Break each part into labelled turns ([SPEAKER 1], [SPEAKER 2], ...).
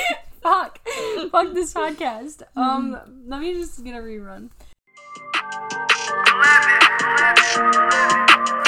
[SPEAKER 1] Fuck this podcast. Um, let me just get a rerun.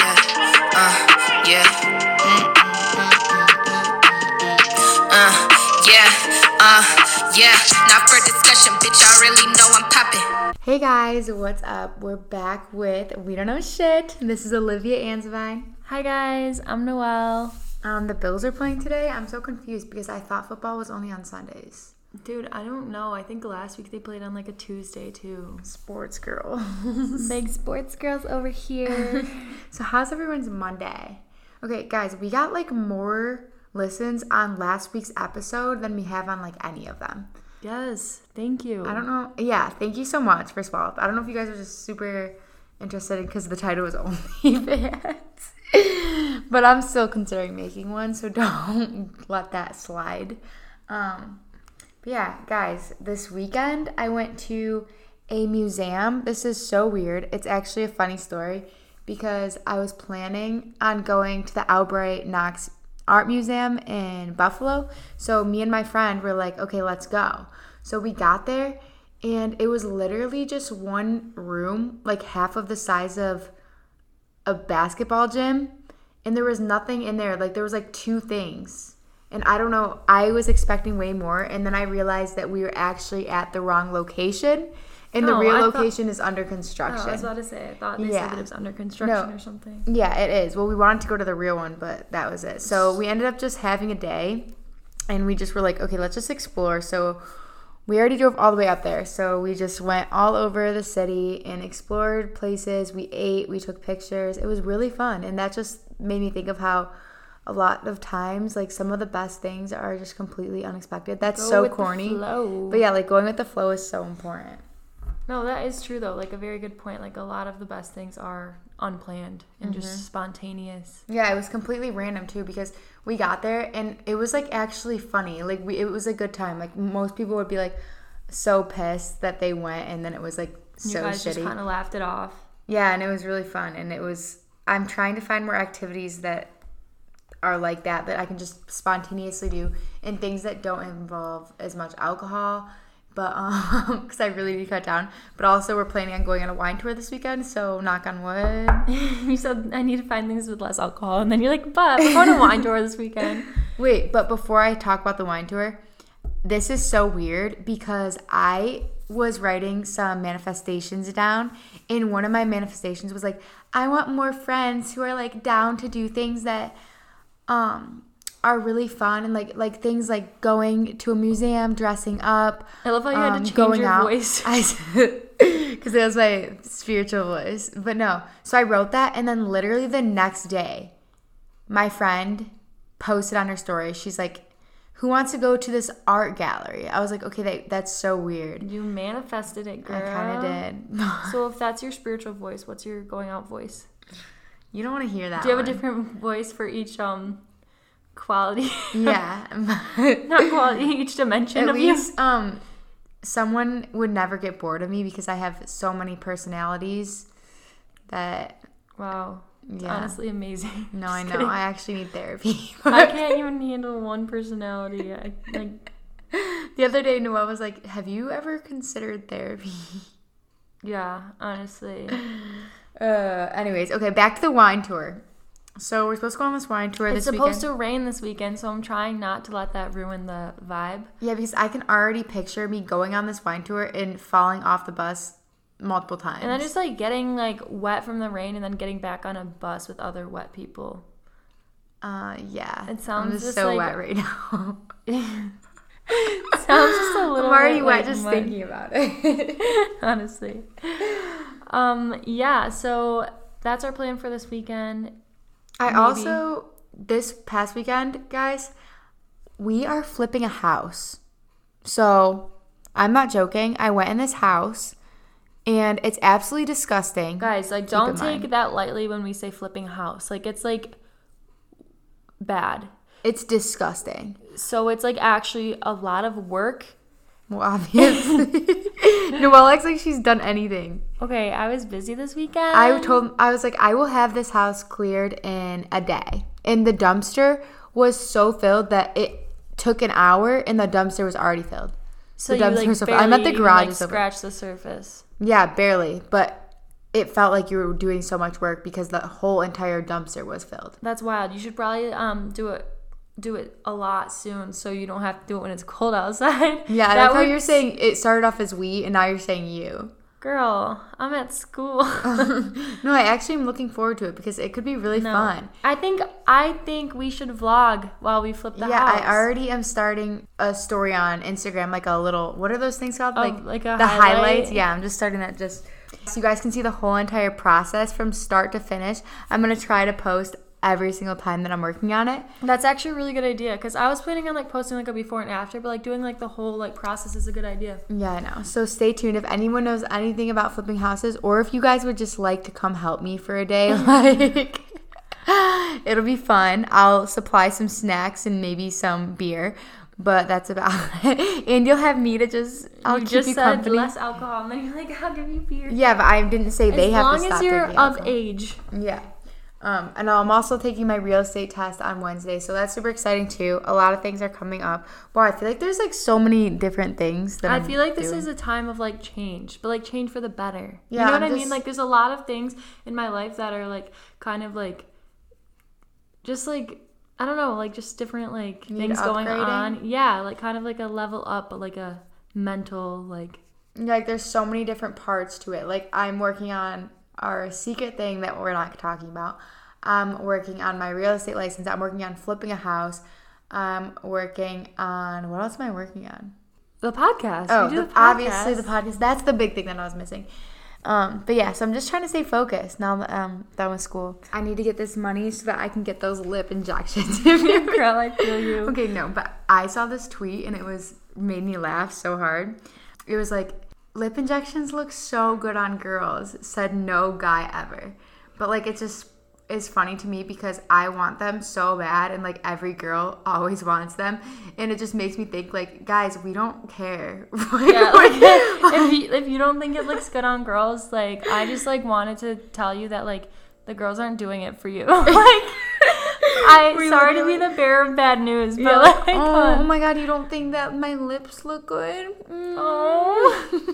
[SPEAKER 2] Uh, yeah. Mm, mm, mm, mm, mm, mm. Uh, yeah. Uh, yeah. Not for discussion, bitch. I already know I'm poppin'.
[SPEAKER 3] Hey guys, what's up? We're back with We Don't Know Shit. This is Olivia Ansvine.
[SPEAKER 4] Hi guys, I'm Noelle.
[SPEAKER 3] Um, the Bills are playing today. I'm so confused because I thought football was only on Sundays.
[SPEAKER 4] Dude, I don't know. I think last week they played on like a Tuesday too.
[SPEAKER 3] Sports girl.
[SPEAKER 4] Big sports girls over here.
[SPEAKER 3] so how's everyone's Monday? Okay, guys, we got like more listens on last week's episode than we have on like any of them.
[SPEAKER 4] yes, thank you.
[SPEAKER 3] I don't know. Yeah, thank you so much. First of all, I don't know if you guys are just super interested because the title is only that, but I'm still considering making one, so don't let that slide. Um, but yeah, guys, this weekend I went to a museum. This is so weird. It's actually a funny story because I was planning on going to the Albright Knox Art Museum in Buffalo. So me and my friend were like, okay, let's go. So we got there and it was literally just one room, like half of the size of a basketball gym and there was nothing in there. Like there was like two things. And I don't know, I was expecting way more and then I realized that we were actually at the wrong location and the
[SPEAKER 4] Oh,
[SPEAKER 3] real
[SPEAKER 4] I thought-
[SPEAKER 3] location is under
[SPEAKER 4] Oh,
[SPEAKER 3] construction.
[SPEAKER 4] I was about to say. I thought they
[SPEAKER 3] Yeah.
[SPEAKER 4] said that it was under construction
[SPEAKER 3] No.
[SPEAKER 4] or something.
[SPEAKER 3] Yeah, it is. Well, we wanted to go to the real one, but that was it. So we ended up just having a day and we just were like, okay, let's just explore. So we already drove all the way up there. So we just went all over the city and explored places. We ate, we took pictures. It was really fun. And that just made me think of how a lot of times, like some of the best things are just completely unexpected. That's
[SPEAKER 4] Go
[SPEAKER 3] so
[SPEAKER 4] with the
[SPEAKER 3] corny.
[SPEAKER 4] flow.
[SPEAKER 3] But yeah, like going with the flow is so important.
[SPEAKER 4] No, that is true though. Like a very good point. Like a lot of the best things are unplanned and
[SPEAKER 3] Mm-hmm.
[SPEAKER 4] just spontaneous.
[SPEAKER 3] Yeah, it was completely random too because we got there and it was like actually funny. Like we, it was a good time. Like most people would be like so pissed that they went and then it was like
[SPEAKER 4] You
[SPEAKER 3] so
[SPEAKER 4] guys just
[SPEAKER 3] shitty.
[SPEAKER 4] kind of laughed it off.
[SPEAKER 3] yeah, and it was really fun and it was I'm trying to find more activities that are like that that I can just spontaneously do and things that don't involve as much alcohol. But um, because I really need to cut down. But also, we're planning on going on a wine tour this weekend. So knock on wood.
[SPEAKER 4] you said I need to find things with less alcohol, and then you're like, "But we're going to wine tour this weekend."
[SPEAKER 3] Wait, but before I talk about the wine tour, this is so weird because I was writing some manifestations down, and one of my manifestations was like, I want more friends who are like down to do things that um are really fun and like like things like going to a museum, dressing up. um,
[SPEAKER 4] I love how you had to change your voice.
[SPEAKER 3] Because that was my spiritual voice. But no. So I wrote that, and then literally the next day, my friend posted on her story. She's like, Who wants to go to this art gallery? I was like, Okay, that, that's so weird.
[SPEAKER 4] You manifested it, girl.
[SPEAKER 3] I kind of did.
[SPEAKER 4] So if that's your spiritual voice, what's your going out voice?
[SPEAKER 3] you don't want to hear that.
[SPEAKER 4] Do you have a
[SPEAKER 3] one.
[SPEAKER 4] different voice for each um quality?
[SPEAKER 3] Yeah.
[SPEAKER 4] Not quality, each dimension
[SPEAKER 3] At
[SPEAKER 4] of
[SPEAKER 3] least, um, someone would never get bored of me because I have so many personalities that.
[SPEAKER 4] you. Wow.
[SPEAKER 3] Yeah.
[SPEAKER 4] Honestly amazing.
[SPEAKER 3] No,
[SPEAKER 4] Just
[SPEAKER 3] I know.
[SPEAKER 4] kidding.
[SPEAKER 3] I actually need therapy.
[SPEAKER 4] I can't even handle one personality. I, like
[SPEAKER 3] The other day, Noelle was like, "Have you ever considered therapy?"
[SPEAKER 4] yeah, honestly.
[SPEAKER 3] Uh, anyways, okay, back to the wine tour. So we're supposed to go on this wine tour
[SPEAKER 4] It's
[SPEAKER 3] this
[SPEAKER 4] supposed
[SPEAKER 3] weekend.
[SPEAKER 4] to rain this weekend, so I'm trying not to let that ruin the vibe.
[SPEAKER 3] yeah, because I can already picture me going on this wine tour and falling off the bus multiple times.
[SPEAKER 4] And then just like getting like wet from the rain and then getting back on a bus with other wet people.
[SPEAKER 3] uh, yeah,
[SPEAKER 4] It sounds
[SPEAKER 3] I'm just,
[SPEAKER 4] just
[SPEAKER 3] so
[SPEAKER 4] like-
[SPEAKER 3] wet right now.
[SPEAKER 4] Sounds just a little
[SPEAKER 3] I'm already
[SPEAKER 4] bit,
[SPEAKER 3] wet
[SPEAKER 4] like,
[SPEAKER 3] just
[SPEAKER 4] mud.
[SPEAKER 3] thinking about it.
[SPEAKER 4] honestly. Um, yeah, so that's our plan for this weekend.
[SPEAKER 3] I also this past weekend, guys, we are flipping a house. So I'm not joking. I went in this house, and it's absolutely disgusting.
[SPEAKER 4] Guys, like don't
[SPEAKER 3] in
[SPEAKER 4] take
[SPEAKER 3] mind.
[SPEAKER 4] that lightly when we say flipping house. Like it's like bad.
[SPEAKER 3] It's disgusting.
[SPEAKER 4] So it's like actually a lot of work.
[SPEAKER 3] Well, obviously, Noelle acts like she's done anything.
[SPEAKER 4] Okay, I was busy this weekend.
[SPEAKER 3] I told, I was like, I will have this house cleared in a day. And the dumpster was so filled that it took an hour, and the dumpster was already filled.
[SPEAKER 4] So
[SPEAKER 3] The depths
[SPEAKER 4] you
[SPEAKER 3] were
[SPEAKER 4] like
[SPEAKER 3] so far-
[SPEAKER 4] barely
[SPEAKER 3] I meant the
[SPEAKER 4] even,
[SPEAKER 3] garage
[SPEAKER 4] like,
[SPEAKER 3] is over.
[SPEAKER 4] scratched the surface.
[SPEAKER 3] Yeah, barely. But it felt like you were doing so much work because the whole entire dumpster was filled.
[SPEAKER 4] That's wild. You should probably um do it do it a lot soon so you don't have to do it when it's cold outside.
[SPEAKER 3] Yeah, I
[SPEAKER 4] that
[SPEAKER 3] like how you're
[SPEAKER 4] would-
[SPEAKER 3] saying it started off as we and now you're saying you.
[SPEAKER 4] Girl, I'm at school.
[SPEAKER 3] No, I actually am looking forward to it because it could be really fun.
[SPEAKER 4] I think I think we should vlog while we flip the
[SPEAKER 3] yeah,
[SPEAKER 4] house.
[SPEAKER 3] I already am starting a story on Instagram, like a little. What are those things called? like
[SPEAKER 4] Oh, like a
[SPEAKER 3] the
[SPEAKER 4] highlight?
[SPEAKER 3] highlights. Yeah, I'm just starting that. Just so you guys can see the whole entire process from start to finish. I'm gonna try to post every single time that I'm working on it.
[SPEAKER 4] That's actually a really good idea because I was planning on like posting like a before and after, but like doing like the whole like process is a good idea.
[SPEAKER 3] Yeah, I know. So stay tuned. If anyone knows anything about flipping houses, or if you guys would just like to come help me for a day, like it'll be fun. I'll supply some snacks and maybe some beer, but that's about it. And you'll have me to just I'll
[SPEAKER 4] you
[SPEAKER 3] keep
[SPEAKER 4] just
[SPEAKER 3] you
[SPEAKER 4] said
[SPEAKER 3] company.
[SPEAKER 4] less alcohol, and then you're like, I'll give you beer.
[SPEAKER 3] yeah, but I didn't say they
[SPEAKER 4] as
[SPEAKER 3] have
[SPEAKER 4] long
[SPEAKER 3] to stop
[SPEAKER 4] as you're
[SPEAKER 3] drinking
[SPEAKER 4] of
[SPEAKER 3] alcohol.
[SPEAKER 4] age.
[SPEAKER 3] Yeah. Um, and I'm also taking my real estate test on Wednesday, so that's super exciting too. A lot of things are coming up. Wow, I feel like there's like so many different things that
[SPEAKER 4] I
[SPEAKER 3] I'm
[SPEAKER 4] feel like this
[SPEAKER 3] doing.
[SPEAKER 4] is a time of like change, but like change for the better.
[SPEAKER 3] Yeah,
[SPEAKER 4] you know what
[SPEAKER 3] I'm
[SPEAKER 4] I mean?
[SPEAKER 3] just-
[SPEAKER 4] Like there's a lot of things in my life that are like kind of like just like I don't know, like just different like things going
[SPEAKER 3] upgrading?
[SPEAKER 4] on. Yeah, like kind of like a level up, but like a mental like
[SPEAKER 3] like there's so many different parts to it. Like I'm working on our secret thing that we're not talking about. I'm working on my real estate license. I'm working on flipping a house. I'm working on what else am I working on?
[SPEAKER 4] the podcast.
[SPEAKER 3] Oh,
[SPEAKER 4] You do
[SPEAKER 3] the- obviously the podcast. That's the big thing that I was missing. Um, but yeah, so I'm just trying to stay focused now that um that was school. I need to get this money so that I can get those lip injections.
[SPEAKER 4] Girl, I feel you.
[SPEAKER 3] Okay, no, but I saw this tweet and it was made me laugh so hard. It was like, lip injections look so good on girls, said no guy ever. But like, it just is funny to me because I want them so bad and like every girl always wants them. And it just makes me think, like, guys, we don't care.
[SPEAKER 4] Yeah, like, if you if you don't think it looks good on girls, like I just like wanted to tell you that like the girls aren't doing it for you. like I
[SPEAKER 3] We
[SPEAKER 4] sorry to be
[SPEAKER 3] literally-
[SPEAKER 4] the bearer of bad news, but
[SPEAKER 3] Yeah,
[SPEAKER 4] like,
[SPEAKER 3] like, oh,
[SPEAKER 4] uh,
[SPEAKER 3] my god, you don't think that my lips look good? Mm.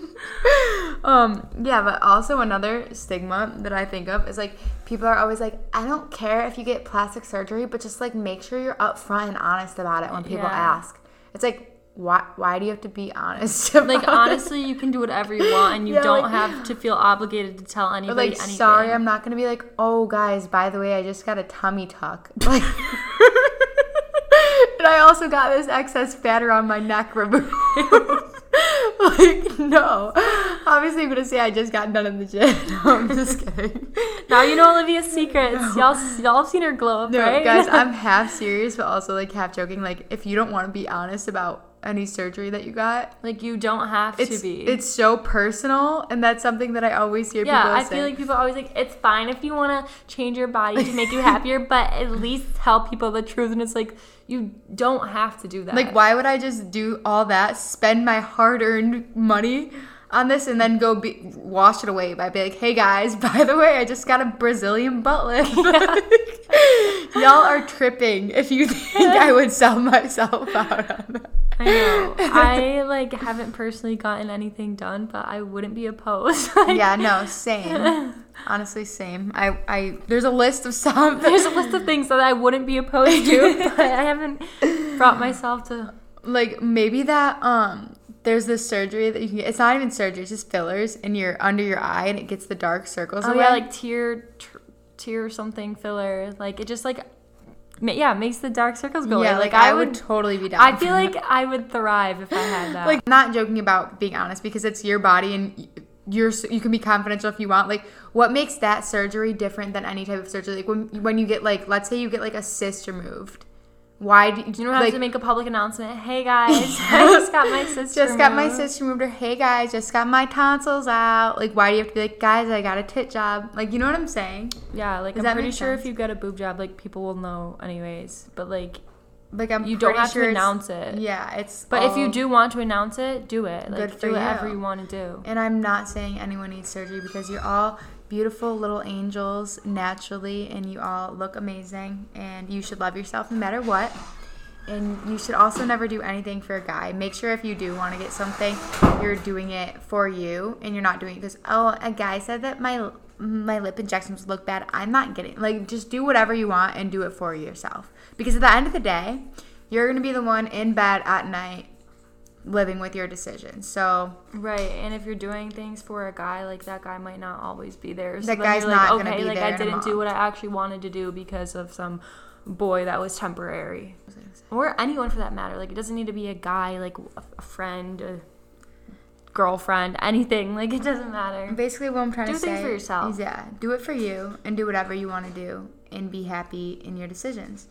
[SPEAKER 3] um, yeah, but also another stigma that I think of is like people are always like, I don't care if you get plastic surgery, but just like make sure you're upfront and honest about it when people
[SPEAKER 4] Yeah.
[SPEAKER 3] ask. It's like, why why do you have to be honest? about
[SPEAKER 4] like
[SPEAKER 3] it?
[SPEAKER 4] honestly, you can do whatever you want, and you
[SPEAKER 3] Yeah,
[SPEAKER 4] don't
[SPEAKER 3] like-
[SPEAKER 4] have to feel obligated to tell
[SPEAKER 3] Or,
[SPEAKER 4] anybody
[SPEAKER 3] like,
[SPEAKER 4] anything.
[SPEAKER 3] sorry, I'm not gonna be like, oh guys, by the way, I just got a tummy tuck. Like, and I also got this excess fat around my neck removed. like, no, obviously, I'm gonna say I just got done in the gym. No, I'm just kidding.
[SPEAKER 4] now you know Olivia's secrets. Y'all y'all seen her glow up,
[SPEAKER 3] No,
[SPEAKER 4] right?
[SPEAKER 3] guys, I'm half serious, but also like half joking. Like, if you don't want to be honest about any surgery that you got.
[SPEAKER 4] like you don't have
[SPEAKER 3] It's,
[SPEAKER 4] to be.
[SPEAKER 3] it's so personal, and that's something that I always hear
[SPEAKER 4] yeah,
[SPEAKER 3] people
[SPEAKER 4] I
[SPEAKER 3] say.
[SPEAKER 4] feel like people are always like, it's fine if you want to change your body to make you happier, but at least tell people the truth. And it's like, you don't have to do that.
[SPEAKER 3] Like, why would I just do all that, spend my hard earned money on this, and then go be- wash it away by being like, hey guys, by the way, I just got a Brazilian butt lift. Y'all are tripping if you think I would sell myself out on that.
[SPEAKER 4] I know. I like haven't personally gotten anything done, but I wouldn't be opposed. Like,
[SPEAKER 3] Yeah, no, same. Honestly, same. I, I, there's a list of some.
[SPEAKER 4] There's a list of things that I wouldn't be opposed to, but I haven't brought myself to.
[SPEAKER 3] like maybe that um there's this surgery that you can get. It's not even surgery, it's just fillers in your under your eye, and it gets the dark circles
[SPEAKER 4] Oh
[SPEAKER 3] away.
[SPEAKER 4] yeah, like tear, tr- tear something filler. Like it just like, ma- yeah, makes the dark circles go
[SPEAKER 3] yeah,
[SPEAKER 4] away.
[SPEAKER 3] like, I, would, totally be down.
[SPEAKER 4] I
[SPEAKER 3] for
[SPEAKER 4] feel
[SPEAKER 3] that.
[SPEAKER 4] like I would thrive if I had that.
[SPEAKER 3] like not joking about being honest because it's your body and y- you're s- you can be confidential if you want. Like what makes that surgery different than any type of surgery? Like when when you get like let's say you get like a cyst removed, why do you,
[SPEAKER 4] You don't have
[SPEAKER 3] like,
[SPEAKER 4] to make a public announcement. Hey guys, I just got my sister.
[SPEAKER 3] just got my
[SPEAKER 4] removed."
[SPEAKER 3] cyst removed or hey guys just got my tonsils out? Like why do you have to be like guys I got a tit job? Like you know what I'm saying?
[SPEAKER 4] Yeah, like
[SPEAKER 3] Does that
[SPEAKER 4] I'm pretty
[SPEAKER 3] make
[SPEAKER 4] sure if
[SPEAKER 3] sense?
[SPEAKER 4] you get a boob job, like people will know anyways. But like
[SPEAKER 3] Like I'm
[SPEAKER 4] you don't
[SPEAKER 3] pretty
[SPEAKER 4] have
[SPEAKER 3] sure
[SPEAKER 4] to
[SPEAKER 3] it's-
[SPEAKER 4] announce it.
[SPEAKER 3] Yeah, it's
[SPEAKER 4] But if you
[SPEAKER 3] all-
[SPEAKER 4] do want to announce it, do it. Like
[SPEAKER 3] Oh. Good for
[SPEAKER 4] do whatever
[SPEAKER 3] you.
[SPEAKER 4] you want to do.
[SPEAKER 3] And I'm not saying anyone needs surgery because you're all beautiful little angels naturally and you all look amazing and you should love yourself no matter what. And you should also never do anything for a guy. Make sure if you do want to get something, you're doing it for you and you're not doing it because oh, a guy said that my my lip injections look bad. I'm not getting like just do whatever you want and do it for yourself. Because at the end of the day, you're gonna be the one in bed at night living with your decisions. So
[SPEAKER 4] Right, and if you're doing things for a guy, like that guy might not always be there. So
[SPEAKER 3] That
[SPEAKER 4] then
[SPEAKER 3] guy's
[SPEAKER 4] you're like,
[SPEAKER 3] not gonna
[SPEAKER 4] okay,
[SPEAKER 3] be
[SPEAKER 4] like
[SPEAKER 3] there in
[SPEAKER 4] I
[SPEAKER 3] a
[SPEAKER 4] didn't do
[SPEAKER 3] month."
[SPEAKER 4] what I actually wanted to do because of some boy that was temporary, or anyone for that matter. Like it doesn't need to be a guy, like a- a friend, a girlfriend, anything. Like it doesn't matter.
[SPEAKER 3] basically what I'm trying
[SPEAKER 4] Do
[SPEAKER 3] to say
[SPEAKER 4] things for yourself.
[SPEAKER 3] is yeah, do it for you and do whatever you want to do and be happy in your decisions.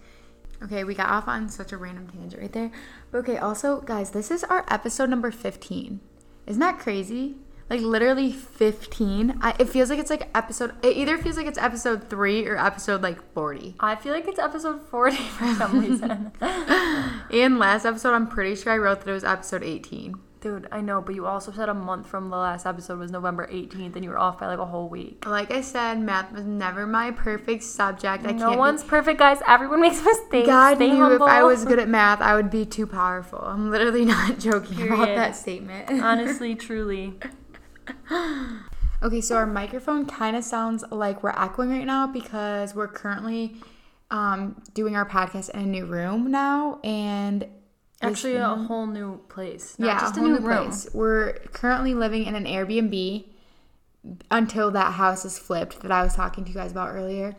[SPEAKER 3] Okay, we got off on such a random tangent right there. But okay, also guys, this is our episode number 15. Isn't that crazy? Like literally 15. I, it feels like it's like episode it either feels like it's episode 3 or episode like 40.
[SPEAKER 4] I feel like it's episode forty for some reason.
[SPEAKER 3] And last episode I'm pretty sure I wrote that it was episode 18.
[SPEAKER 4] Dude, I know, but you also said a month from the last episode was November 18th, and you were off by like a whole week.
[SPEAKER 3] Like I said, math was never my perfect subject. I
[SPEAKER 4] No
[SPEAKER 3] can't be
[SPEAKER 4] one's perfect, guys. Everyone makes mistakes.
[SPEAKER 3] God
[SPEAKER 4] Stay
[SPEAKER 3] knew if
[SPEAKER 4] humble.
[SPEAKER 3] I was good at math, I would be too powerful. I'm literally not joking about
[SPEAKER 4] Period.
[SPEAKER 3] that statement.
[SPEAKER 4] Honestly, truly.
[SPEAKER 3] okay, so our microphone kind of sounds like we're echoing right now because we're currently um, doing our podcast in a new room now, and
[SPEAKER 4] Actually, a whole new place. Not
[SPEAKER 3] yeah,
[SPEAKER 4] just a
[SPEAKER 3] whole
[SPEAKER 4] new, room.
[SPEAKER 3] place. We're currently living in an Airbnb until that house is flipped that I was talking to you guys about earlier,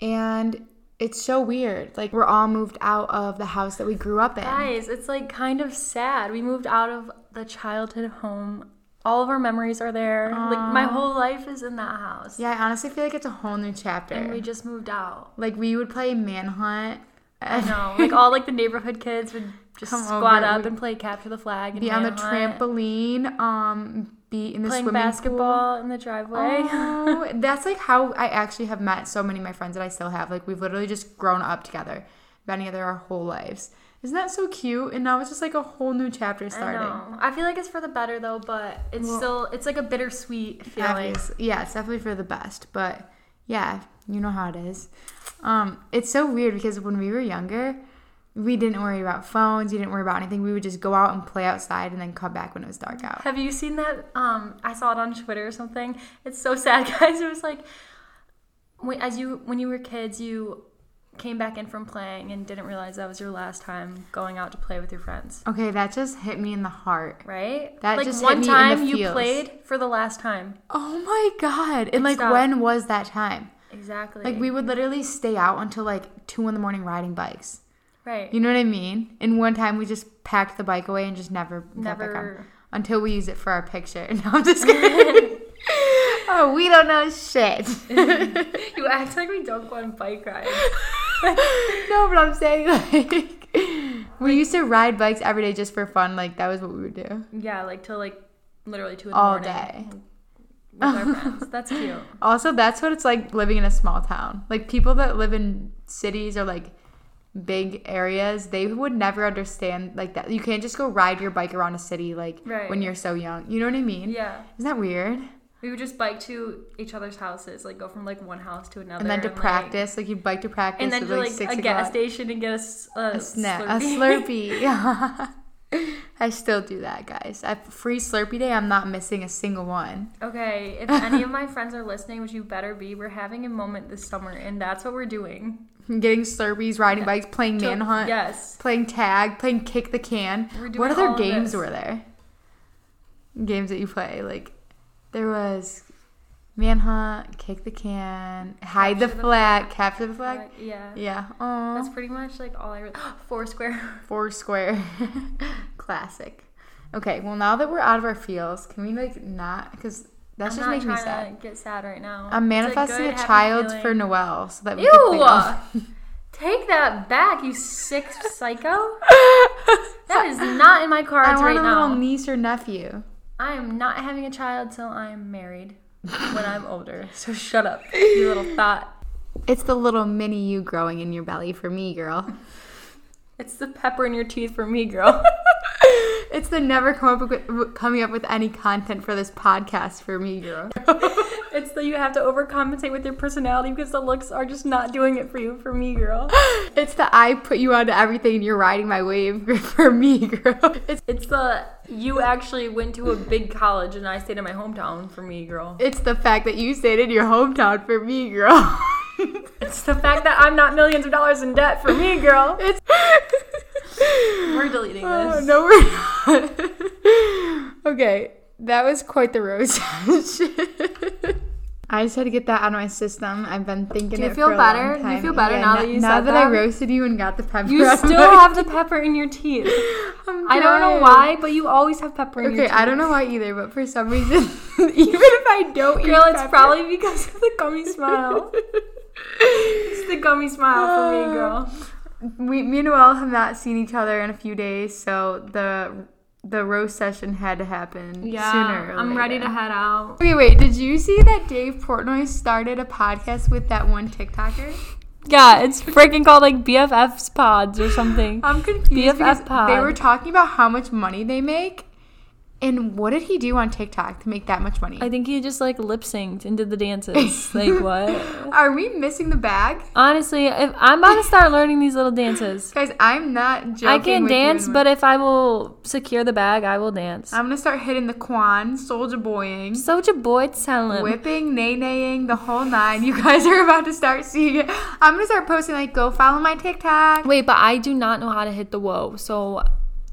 [SPEAKER 3] and. It's so weird. Like we're all moved out of the house that we grew up in.
[SPEAKER 4] Guys, it's like kind of sad. We moved out of the childhood home. All of our memories are there. Like my whole life is in that house.
[SPEAKER 3] Yeah, I honestly feel like it's a whole new chapter.
[SPEAKER 4] And we just moved out.
[SPEAKER 3] Like we would play manhunt.
[SPEAKER 4] I know. Like all like the neighborhood kids would just
[SPEAKER 3] Come
[SPEAKER 4] squat
[SPEAKER 3] over,
[SPEAKER 4] up
[SPEAKER 3] we'd
[SPEAKER 4] and play capture the flag and
[SPEAKER 3] Be on the
[SPEAKER 4] manhunt,
[SPEAKER 3] trampoline. Um, be in the
[SPEAKER 4] playing
[SPEAKER 3] swimming pool.
[SPEAKER 4] basketball in the driveway.
[SPEAKER 3] Oh, that's like how I actually have met so many of my friends that I still have. Like we've literally just grown up together, been together our whole lives. Isn't that so cute? And now it's just like a whole new chapter
[SPEAKER 4] I
[SPEAKER 3] starting.
[SPEAKER 4] know. I feel like it's for the better though, but it's still it's like a bittersweet feeling.
[SPEAKER 3] Obvious- Yeah, it's definitely for the best. But yeah, you know how it is. Um, it's so weird because when we were younger, we didn't worry about phones. You didn't worry about anything. We would just go out and play outside and then come back when it was dark out.
[SPEAKER 4] Have you seen that? Um, I saw it on Twitter or something. It's so sad, guys. It was like when as you when you were kids, you came back in from playing and didn't realize that was your last time going out to play with your friends.
[SPEAKER 3] Okay, that just hit me in the heart.
[SPEAKER 4] Right?
[SPEAKER 3] That
[SPEAKER 4] like
[SPEAKER 3] just hit
[SPEAKER 4] one
[SPEAKER 3] me in the
[SPEAKER 4] time you
[SPEAKER 3] feels.
[SPEAKER 4] played for the last time.
[SPEAKER 3] Oh my god! And like,
[SPEAKER 4] Stop.
[SPEAKER 3] when was that time?
[SPEAKER 4] Exactly.
[SPEAKER 3] Like, we would literally stay out until like two in the morning riding bikes.
[SPEAKER 4] right.
[SPEAKER 3] You know what I mean? And one time we just packed the bike away and just never got back on.
[SPEAKER 4] Never.
[SPEAKER 3] until we use it for our picture. No, I'm just kidding. oh, we don't know shit.
[SPEAKER 4] You act like we don't go on bike rides.
[SPEAKER 3] no, but I'm saying like we used to ride bikes every day just for fun. Like that was what we would do
[SPEAKER 4] Yeah, like till like literally two in the
[SPEAKER 3] all
[SPEAKER 4] morning
[SPEAKER 3] day.
[SPEAKER 4] with our friends. That's cute.
[SPEAKER 3] Also, that's what it's like living in a small town. Like people that live in cities or like big areas, they would never understand like that. You can't just go ride your bike around a city like
[SPEAKER 4] Right.
[SPEAKER 3] when you're so young. You know what I mean?
[SPEAKER 4] Yeah.
[SPEAKER 3] Isn't that weird?
[SPEAKER 4] We would just bike to each other's houses, like go from like one house to another,
[SPEAKER 3] And then to
[SPEAKER 4] like-
[SPEAKER 3] practice, like you'd bike to practice
[SPEAKER 4] and then
[SPEAKER 3] at,
[SPEAKER 4] to like,
[SPEAKER 3] six
[SPEAKER 4] a
[SPEAKER 3] o'clock.
[SPEAKER 4] gas station and get a, s- a
[SPEAKER 3] a snack, a
[SPEAKER 4] Slurpee.
[SPEAKER 3] Slurpee. Yeah. I still do that, guys. I free Slurpee day. I'm not missing a single one.
[SPEAKER 4] okay, if any of my friends are listening, which you better be, we're having a moment this summer, and that's what we're doing.
[SPEAKER 3] Getting Slurpees, riding bikes, playing
[SPEAKER 4] So-
[SPEAKER 3] manhunt,
[SPEAKER 4] Yes.
[SPEAKER 3] playing tag, playing kick the can.
[SPEAKER 4] We're
[SPEAKER 3] what
[SPEAKER 4] doing all
[SPEAKER 3] other
[SPEAKER 4] of
[SPEAKER 3] games
[SPEAKER 4] this.
[SPEAKER 3] were there? Games that you play, like there was manhunt, kick the can, hide the
[SPEAKER 4] Capture the
[SPEAKER 3] flag, capture the flag.
[SPEAKER 4] Like, yeah.
[SPEAKER 3] Yeah. Oh.
[SPEAKER 4] That's pretty much like all I really. Foursquare.
[SPEAKER 3] Four square. Classic. Okay, well now that we're out of our feels, can we like not because that's
[SPEAKER 4] I'm
[SPEAKER 3] just
[SPEAKER 4] not
[SPEAKER 3] making me
[SPEAKER 4] trying
[SPEAKER 3] sad.
[SPEAKER 4] to get sad right now.
[SPEAKER 3] I'm
[SPEAKER 4] It's
[SPEAKER 3] manifesting
[SPEAKER 4] good,
[SPEAKER 3] a
[SPEAKER 4] happy
[SPEAKER 3] child
[SPEAKER 4] feeling.
[SPEAKER 3] for Noel so that we can play golf.
[SPEAKER 4] Ew! Take that back, you sick psycho. That is not in my cards
[SPEAKER 3] I want
[SPEAKER 4] right
[SPEAKER 3] a
[SPEAKER 4] now.
[SPEAKER 3] little niece or nephew.
[SPEAKER 4] I am not having a child till I'm married when I'm older. So shut up, you little thought.
[SPEAKER 3] It's the little mini you growing in your belly for me, girl.
[SPEAKER 4] It's the pepper in your teeth for me, girl.
[SPEAKER 3] It's the never come up with, coming up with any content for this podcast for me, girl.
[SPEAKER 1] It's that you have to overcompensate with your personality because the looks are just not doing it for you. For me, girl.
[SPEAKER 3] It's the I put you onto everything and you're riding my wave for me, girl. It's
[SPEAKER 1] It's the you actually went to a big college and I stayed in my hometown. For me, girl.
[SPEAKER 3] it's the fact that you stayed in your hometown for me, girl.
[SPEAKER 1] It's the fact that I'm not millions of dollars in debt. For me, girl.
[SPEAKER 3] It's
[SPEAKER 1] We're deleting
[SPEAKER 3] Oh,
[SPEAKER 1] this.
[SPEAKER 3] no, we're not. okay, that was quite the rose. I just had to get that out of my system. I've been thinking.
[SPEAKER 1] Do you
[SPEAKER 3] it
[SPEAKER 1] feel
[SPEAKER 3] for a
[SPEAKER 1] better?
[SPEAKER 3] long
[SPEAKER 1] Do you
[SPEAKER 3] time.
[SPEAKER 1] feel better now
[SPEAKER 3] no-
[SPEAKER 1] that you
[SPEAKER 3] now
[SPEAKER 1] said
[SPEAKER 3] that, I
[SPEAKER 1] that?
[SPEAKER 3] roasted you and got the pepper?
[SPEAKER 1] You
[SPEAKER 3] out of
[SPEAKER 1] still
[SPEAKER 3] my-
[SPEAKER 1] have the pepper in your teeth.
[SPEAKER 3] I'm
[SPEAKER 1] I don't know
[SPEAKER 3] dying.
[SPEAKER 1] why, but you always have pepper in your
[SPEAKER 3] Okay,
[SPEAKER 1] teeth.
[SPEAKER 3] I don't know why either, but for some reason, even if I don't,
[SPEAKER 1] Girl,
[SPEAKER 3] eat
[SPEAKER 1] it's
[SPEAKER 3] pepper-
[SPEAKER 1] probably because of the gummy smile. it's the gummy smile for me, girl.
[SPEAKER 3] Uh, We, me and Noelle have not seen each other in a few days, so the the roast session had to happen sooner. or
[SPEAKER 1] I'm ready
[SPEAKER 3] later.
[SPEAKER 1] to head out.
[SPEAKER 3] Okay, wait. Did you see that Dave Portnoy started a podcast with that one TikToker?
[SPEAKER 4] Yeah, it's freaking called like BFF's pods or something.
[SPEAKER 1] Um,
[SPEAKER 3] I'm confused.
[SPEAKER 4] BFF
[SPEAKER 3] because They
[SPEAKER 4] pod.
[SPEAKER 3] were talking about how much money they make, and what did he do on TikTok to make that much money?
[SPEAKER 4] I think he just like lip synced and did the dances. like what?
[SPEAKER 3] Are we missing the bag,
[SPEAKER 4] Honestly, if I'm about to start learning these little dances.
[SPEAKER 3] guys? I'm not joking.
[SPEAKER 4] I can
[SPEAKER 3] with you
[SPEAKER 4] dance,
[SPEAKER 3] and-
[SPEAKER 4] but if I will secure the bag, I will dance.
[SPEAKER 1] Um,
[SPEAKER 3] I'm gonna start hitting the Quan, Soldier Boying.
[SPEAKER 4] Such a boy talent.
[SPEAKER 3] Whipping, nay naying, the whole nine. You guys are about to start seeing it. I'm gonna start posting like, go follow my TikTok.
[SPEAKER 4] Wait, but I do not know how to hit the whoa, so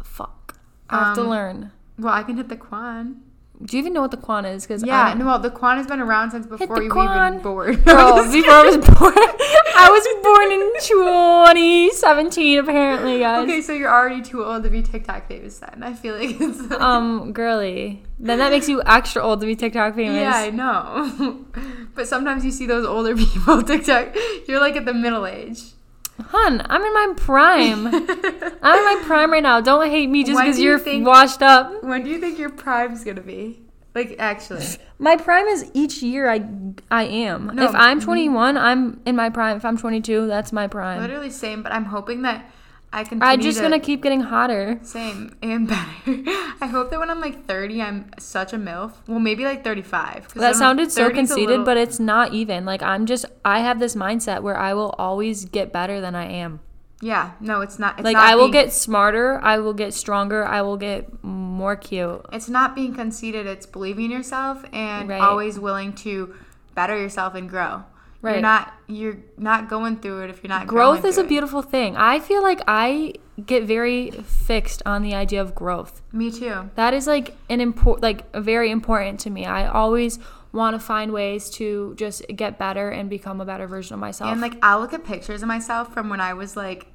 [SPEAKER 4] fuck. I have to
[SPEAKER 3] Um,
[SPEAKER 4] learn.
[SPEAKER 3] Well, I can hit the Quan.
[SPEAKER 4] Do you even know what the quan is? Because
[SPEAKER 3] Yeah, no, well, the Quan has been around since before
[SPEAKER 4] the
[SPEAKER 3] you were
[SPEAKER 4] Quan.
[SPEAKER 3] even born.
[SPEAKER 4] Bro, before I was born, I was born in 2017, apparently, guys.
[SPEAKER 3] Okay, so you're already too old to be TikTok famous then. I feel like it's.
[SPEAKER 4] Um, girly. Then that makes you extra old to be TikTok famous.
[SPEAKER 3] yeah, I know. but sometimes you see those older people TikTok. You're like at the middle age.
[SPEAKER 4] Hun, I'm in my prime. I'm in my prime right now. Don't hate me just
[SPEAKER 3] When
[SPEAKER 4] because
[SPEAKER 3] do you
[SPEAKER 4] you're
[SPEAKER 3] think-
[SPEAKER 4] washed up.
[SPEAKER 3] When do you think your prime's gonna be? Like actually,
[SPEAKER 4] My prime is each year I I am.
[SPEAKER 3] No,
[SPEAKER 4] if I'm 21, I'm in my prime. If I'm 22, that's my prime.
[SPEAKER 3] literally same. But I'm hoping that I can.
[SPEAKER 4] I'm just gonna keep getting hotter.
[SPEAKER 3] Same and better. I hope that when I'm like 30, I'm such a MILF. Well, maybe like 35. 'cause I
[SPEAKER 4] That
[SPEAKER 3] don't know,
[SPEAKER 4] sounded so
[SPEAKER 3] 30's a
[SPEAKER 4] conceited,
[SPEAKER 3] little-
[SPEAKER 4] but it's not even. Like I'm just I have this mindset where I will always get better than I am.
[SPEAKER 3] Yeah, no, it's not. It's
[SPEAKER 4] Like
[SPEAKER 3] not
[SPEAKER 4] I will
[SPEAKER 3] being-
[SPEAKER 4] get smarter, I will get stronger, I will get more cute.
[SPEAKER 3] It's not being conceited, it's believing in yourself and
[SPEAKER 4] Right.
[SPEAKER 3] always willing to better yourself and grow. You're
[SPEAKER 4] Right.
[SPEAKER 3] not you're not going through it if you're not
[SPEAKER 4] Growth
[SPEAKER 3] growing
[SPEAKER 4] is a
[SPEAKER 3] through it.
[SPEAKER 4] beautiful thing. I feel like I get very fixed on the idea of growth.
[SPEAKER 3] Me too.
[SPEAKER 4] That is like an important, like very important to me. I always want to find ways to just get better and become a better version of myself.
[SPEAKER 3] And like I'll look at pictures of myself from when I was like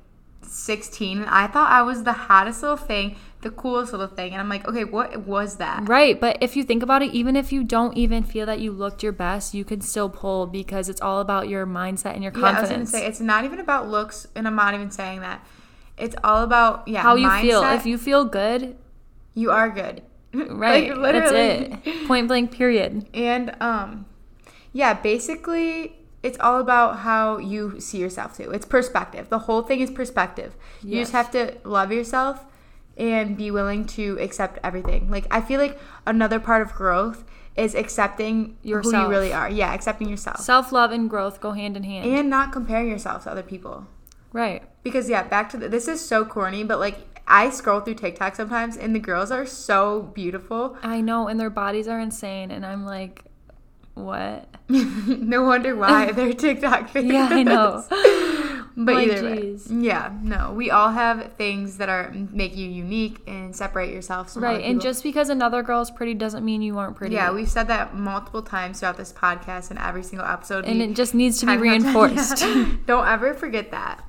[SPEAKER 3] 16 and I thought I was the hottest little thing, the coolest little thing and I'm like, "Okay, what was that?"
[SPEAKER 4] right, but if you think about it, even if you don't even feel that you looked your best, you can still pull because it's all about your mindset and your
[SPEAKER 3] Yeah, I was
[SPEAKER 4] confidence.
[SPEAKER 3] gonna say it's not even about looks, and I'm not even saying that. It's all about yeah
[SPEAKER 4] how you feel.
[SPEAKER 3] mindset.
[SPEAKER 4] If you feel good,
[SPEAKER 3] you are good,
[SPEAKER 4] right?
[SPEAKER 3] Like,
[SPEAKER 4] That's it. Point blank. Period.
[SPEAKER 3] And um, yeah, basically it's all about how you see yourself too. It's perspective. The whole thing is perspective. You just
[SPEAKER 4] Yes.
[SPEAKER 3] have to love yourself and be willing to accept everything. Like I feel like another part of growth is accepting who you
[SPEAKER 4] Yourself.
[SPEAKER 3] really are. Yeah, accepting yourself.
[SPEAKER 4] Self love and growth go hand in hand.
[SPEAKER 3] And not comparing yourself to other people.
[SPEAKER 4] right.
[SPEAKER 3] Because yeah, back to the, this is so corny, but like I scroll through TikTok sometimes, and the girls are so beautiful.
[SPEAKER 4] I know, and their bodies are insane, and I'm like, what?
[SPEAKER 3] no wonder why they're TikTok famous.
[SPEAKER 4] Yeah, I know.
[SPEAKER 3] But
[SPEAKER 4] Like,
[SPEAKER 3] either
[SPEAKER 4] geez.
[SPEAKER 3] way, yeah, no, we all have things that are make you unique and separate yourself from other
[SPEAKER 4] Right, and
[SPEAKER 3] people.
[SPEAKER 4] just because another girl's pretty doesn't mean you aren't pretty.
[SPEAKER 3] yeah, we've said that multiple times throughout this podcast and every single episode.
[SPEAKER 4] and
[SPEAKER 3] we
[SPEAKER 4] it just needs to be
[SPEAKER 3] kind of have to-
[SPEAKER 4] reinforced.
[SPEAKER 3] Yeah. Don't ever forget that.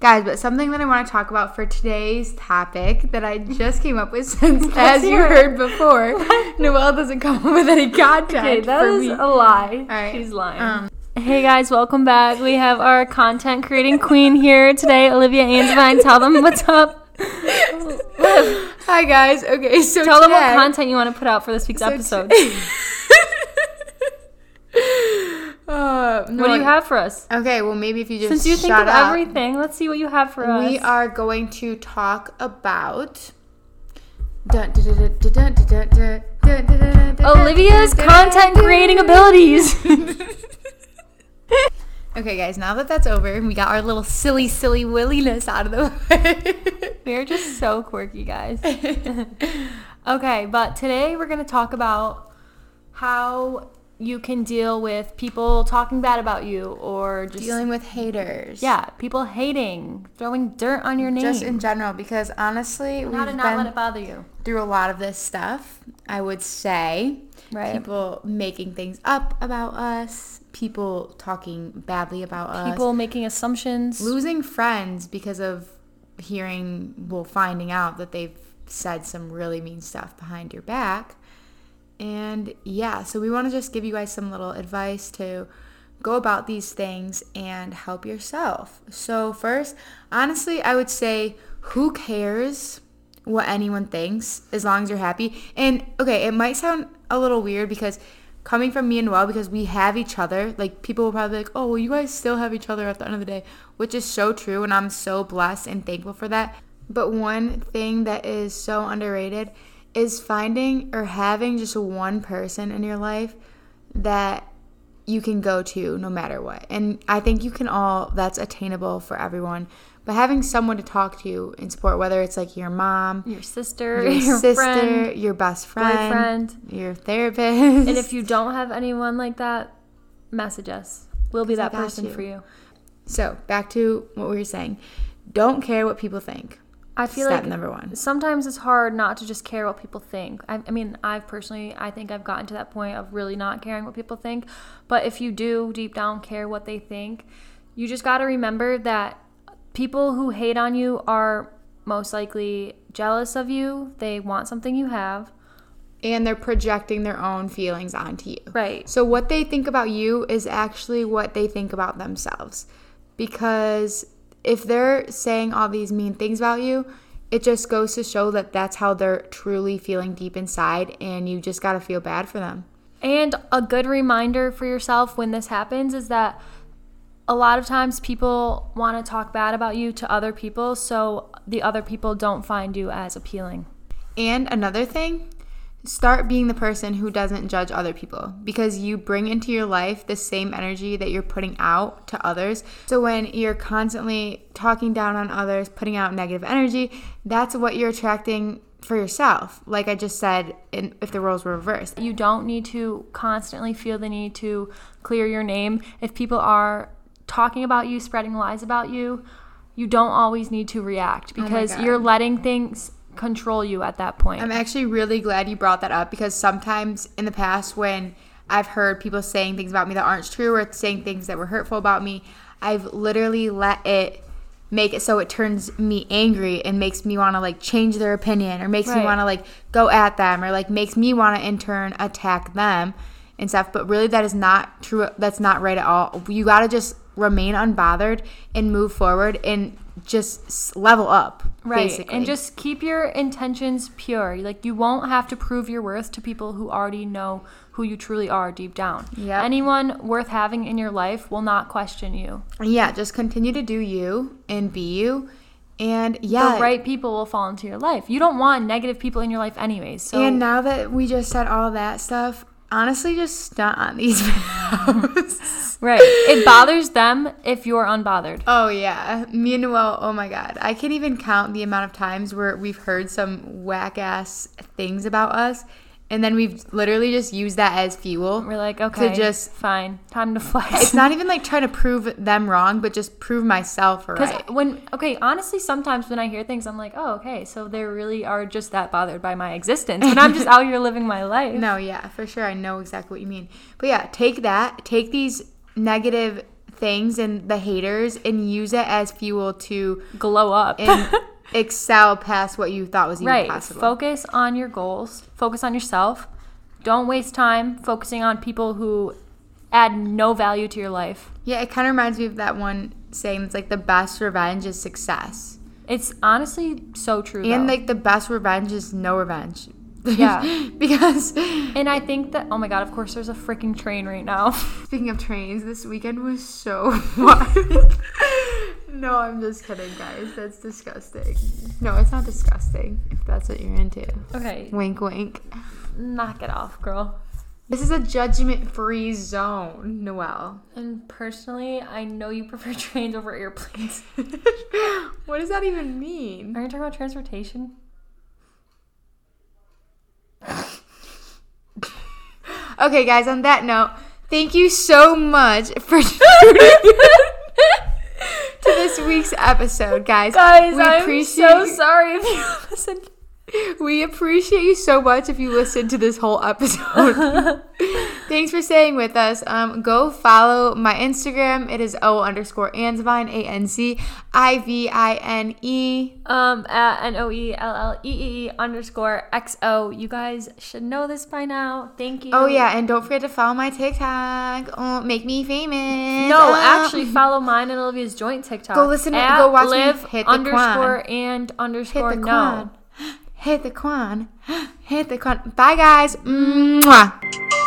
[SPEAKER 3] Guys, but something that I want to talk about for today's topic that I just came up with since, as you
[SPEAKER 4] hear it.
[SPEAKER 3] heard before, Noelle doesn't come up with any content for me.
[SPEAKER 4] lie.
[SPEAKER 3] right. She's
[SPEAKER 4] lying.
[SPEAKER 3] Um,
[SPEAKER 4] hey guys, welcome back. We have our content creating queen here today, Olivia Ansvine. Tell them what's up.
[SPEAKER 3] Hi guys. Okay, so
[SPEAKER 4] Tell them
[SPEAKER 3] today-
[SPEAKER 4] what content you want to put out for this week's
[SPEAKER 3] so
[SPEAKER 4] episode.
[SPEAKER 3] t- Uh,
[SPEAKER 4] what do you have for us?
[SPEAKER 3] Okay, well maybe if you just
[SPEAKER 4] Since you think
[SPEAKER 3] shut
[SPEAKER 4] of
[SPEAKER 3] up,
[SPEAKER 4] everything, let's see what you have for us.
[SPEAKER 3] we are going to talk about. Dun, dun, dun, dun, dun, dun, dun, dun, dun,
[SPEAKER 4] Olivia's content creating abilities.
[SPEAKER 3] Okay, guys, now that that's over and we got our little silly, silly williness out of the way.
[SPEAKER 4] They're just so quirky, guys. okay, but today we're going to talk about how you can deal with people talking bad about you or just
[SPEAKER 3] Dealing with haters.
[SPEAKER 4] yeah, people hating, throwing dirt on your name.
[SPEAKER 3] Just in general, because honestly,
[SPEAKER 4] how to
[SPEAKER 3] we've
[SPEAKER 4] not
[SPEAKER 3] been
[SPEAKER 4] let it bother you.
[SPEAKER 3] through a lot of this stuff, I would say.
[SPEAKER 4] Right.
[SPEAKER 3] People making things up about us, people talking badly about us.
[SPEAKER 4] People making assumptions.
[SPEAKER 3] losing friends because of hearing well finding out that they've said some really mean stuff behind your back and yeah so we want to just give you guys some little advice to go about these things and help yourself so first honestly i would say who cares what anyone thinks as long as you're happy and okay it might sound a little weird because coming from me and well because we have each other like people will probably be like oh well you guys still have each other at the end of the day which is so true and i'm so blessed and thankful for that but one thing that is so underrated is finding or having just one person in your life that you can go to no matter what. And I think you can all, that's attainable for everyone. But having someone to talk to and support, whether it's like your mom,
[SPEAKER 4] your sister,
[SPEAKER 3] your,
[SPEAKER 4] your,
[SPEAKER 3] sister,
[SPEAKER 4] friend.
[SPEAKER 3] your best friend,
[SPEAKER 4] boyfriend.
[SPEAKER 3] your therapist.
[SPEAKER 4] And if you don't have anyone like that, message us. We'll be that
[SPEAKER 3] got
[SPEAKER 4] person
[SPEAKER 3] you.
[SPEAKER 4] for you.
[SPEAKER 3] so back to what we were saying, don't care what people think.
[SPEAKER 4] I feel
[SPEAKER 3] Step
[SPEAKER 4] like
[SPEAKER 3] number one.
[SPEAKER 4] sometimes it's hard not to just care what people think. I, I mean, I've personally, I think I've gotten to that point of really not caring what people think. But if you do deep down care what they think, you just got to remember that people who hate on you are most likely jealous of you. They want something you have.
[SPEAKER 3] And they're projecting their own feelings onto you.
[SPEAKER 4] Right.
[SPEAKER 3] So what they think about you is actually what they think about themselves. Because if they're saying all these mean things about you, it just goes to show that that's how they're truly feeling deep inside and you just got to feel bad for them.
[SPEAKER 4] And a good reminder for yourself when this happens is that a lot of times people want to talk bad about you to other people so the other people don't find you as appealing.
[SPEAKER 3] And another thing, start being the person who doesn't judge other people because you bring into your life the same energy that you're putting out to others. So when you're constantly talking down on others, putting out negative energy, that's what you're attracting for yourself. Like I just said, in, if the roles were reversed.
[SPEAKER 4] You don't need to constantly feel the need to clear your name. If people are talking about you, spreading lies about you, you don't always need to react because
[SPEAKER 3] God.
[SPEAKER 4] you're letting things control you at that point.
[SPEAKER 3] I'm actually really glad you brought that up because sometimes in the past when I've heard people saying things about me that aren't true or saying things that were hurtful about me, I've literally let it make it so it turns me angry and makes me want to like change their opinion or makes me
[SPEAKER 4] Right.
[SPEAKER 3] want to like go at them or like makes me want to in turn attack them and stuff but really that is not true that's not right at all you got to just remain unbothered and move forward and just s- level up
[SPEAKER 4] Right.
[SPEAKER 3] basically
[SPEAKER 4] And just keep your intentions pure. Like you won't have to prove your worth to people who already know who you truly are deep down.
[SPEAKER 3] Yep.
[SPEAKER 4] Anyone worth having in your life will not question you.
[SPEAKER 3] yeah, just continue to do you and be you. And yeah,
[SPEAKER 4] The right people will fall into your life. You don't want negative people in your life anyways. So
[SPEAKER 3] And now that we just said all that stuff, honestly, just stunt on these videos.
[SPEAKER 4] right. It bothers them if you're unbothered.
[SPEAKER 3] oh yeah, me and Noel. Oh my God, I can't even count the amount of times where we've heard some whack ass things about us, and then we've literally just used that as fuel.
[SPEAKER 4] We're like, okay,
[SPEAKER 3] to just.
[SPEAKER 4] fine. Time to flex.
[SPEAKER 3] It's not even like trying to prove them wrong, but just prove myself
[SPEAKER 4] Because
[SPEAKER 3] right.
[SPEAKER 4] when okay, honestly, sometimes when I hear things, I'm like, oh, okay, so they really are just that bothered by my existence, and I'm just out here living my life.
[SPEAKER 3] No, yeah, for sure. I know exactly what you mean. But yeah, take that, take these negative things and the haters and use it as fuel to
[SPEAKER 4] Glow up.
[SPEAKER 3] and excel past what you thought was even
[SPEAKER 4] right.
[SPEAKER 3] possible.
[SPEAKER 4] Focus on your goals. Focus on yourself. Don't waste time focusing on people who add no value to your life.
[SPEAKER 3] yeah, it kind of reminds me of that one saying it's like the best revenge is success.
[SPEAKER 4] It's honestly so true.
[SPEAKER 3] And
[SPEAKER 4] though.
[SPEAKER 3] like the best revenge is no revenge.
[SPEAKER 4] Yeah.
[SPEAKER 3] because
[SPEAKER 4] and I think that oh my god, of course there's a freaking train right now.
[SPEAKER 3] speaking of trains, this weekend was so wild. no, I'm just kidding, guys. That's disgusting. No, it's not disgusting if that's what you're into.
[SPEAKER 4] okay.
[SPEAKER 3] Wink, wink.
[SPEAKER 4] knock it off, girl.
[SPEAKER 3] This is a judgment free zone, Noelle.
[SPEAKER 4] And personally, I know you prefer trains over airplanes.
[SPEAKER 3] What does that even mean?
[SPEAKER 4] Are you talking about transportation?
[SPEAKER 3] Okay, guys, on that note, thank you so much for tuning in to this week's episode, guys.
[SPEAKER 4] Guys,
[SPEAKER 3] we
[SPEAKER 4] I'm
[SPEAKER 3] appreciate
[SPEAKER 4] so sorry if you listened.
[SPEAKER 3] we appreciate you so much if you listened to this whole episode. Thanks for staying with us. Um, go follow my Instagram. It is O underscore Ansvine, A N C I V I N E.
[SPEAKER 4] Um, at N O E L L E E E underscore X O. You guys should know this by now. Thank you.
[SPEAKER 3] Oh, yeah, and don't forget to follow my TikTok. Oh, make me famous.
[SPEAKER 4] No,
[SPEAKER 3] Oh.
[SPEAKER 4] actually, follow mine and Olivia's joint TikTok.
[SPEAKER 3] Go listen-
[SPEAKER 4] At
[SPEAKER 3] go watch me
[SPEAKER 4] live
[SPEAKER 3] hit the
[SPEAKER 4] underscore and underscore
[SPEAKER 3] Hit the
[SPEAKER 4] no.
[SPEAKER 3] quan. Hit the quan. Hit the quan. Bye, guys. Mwah.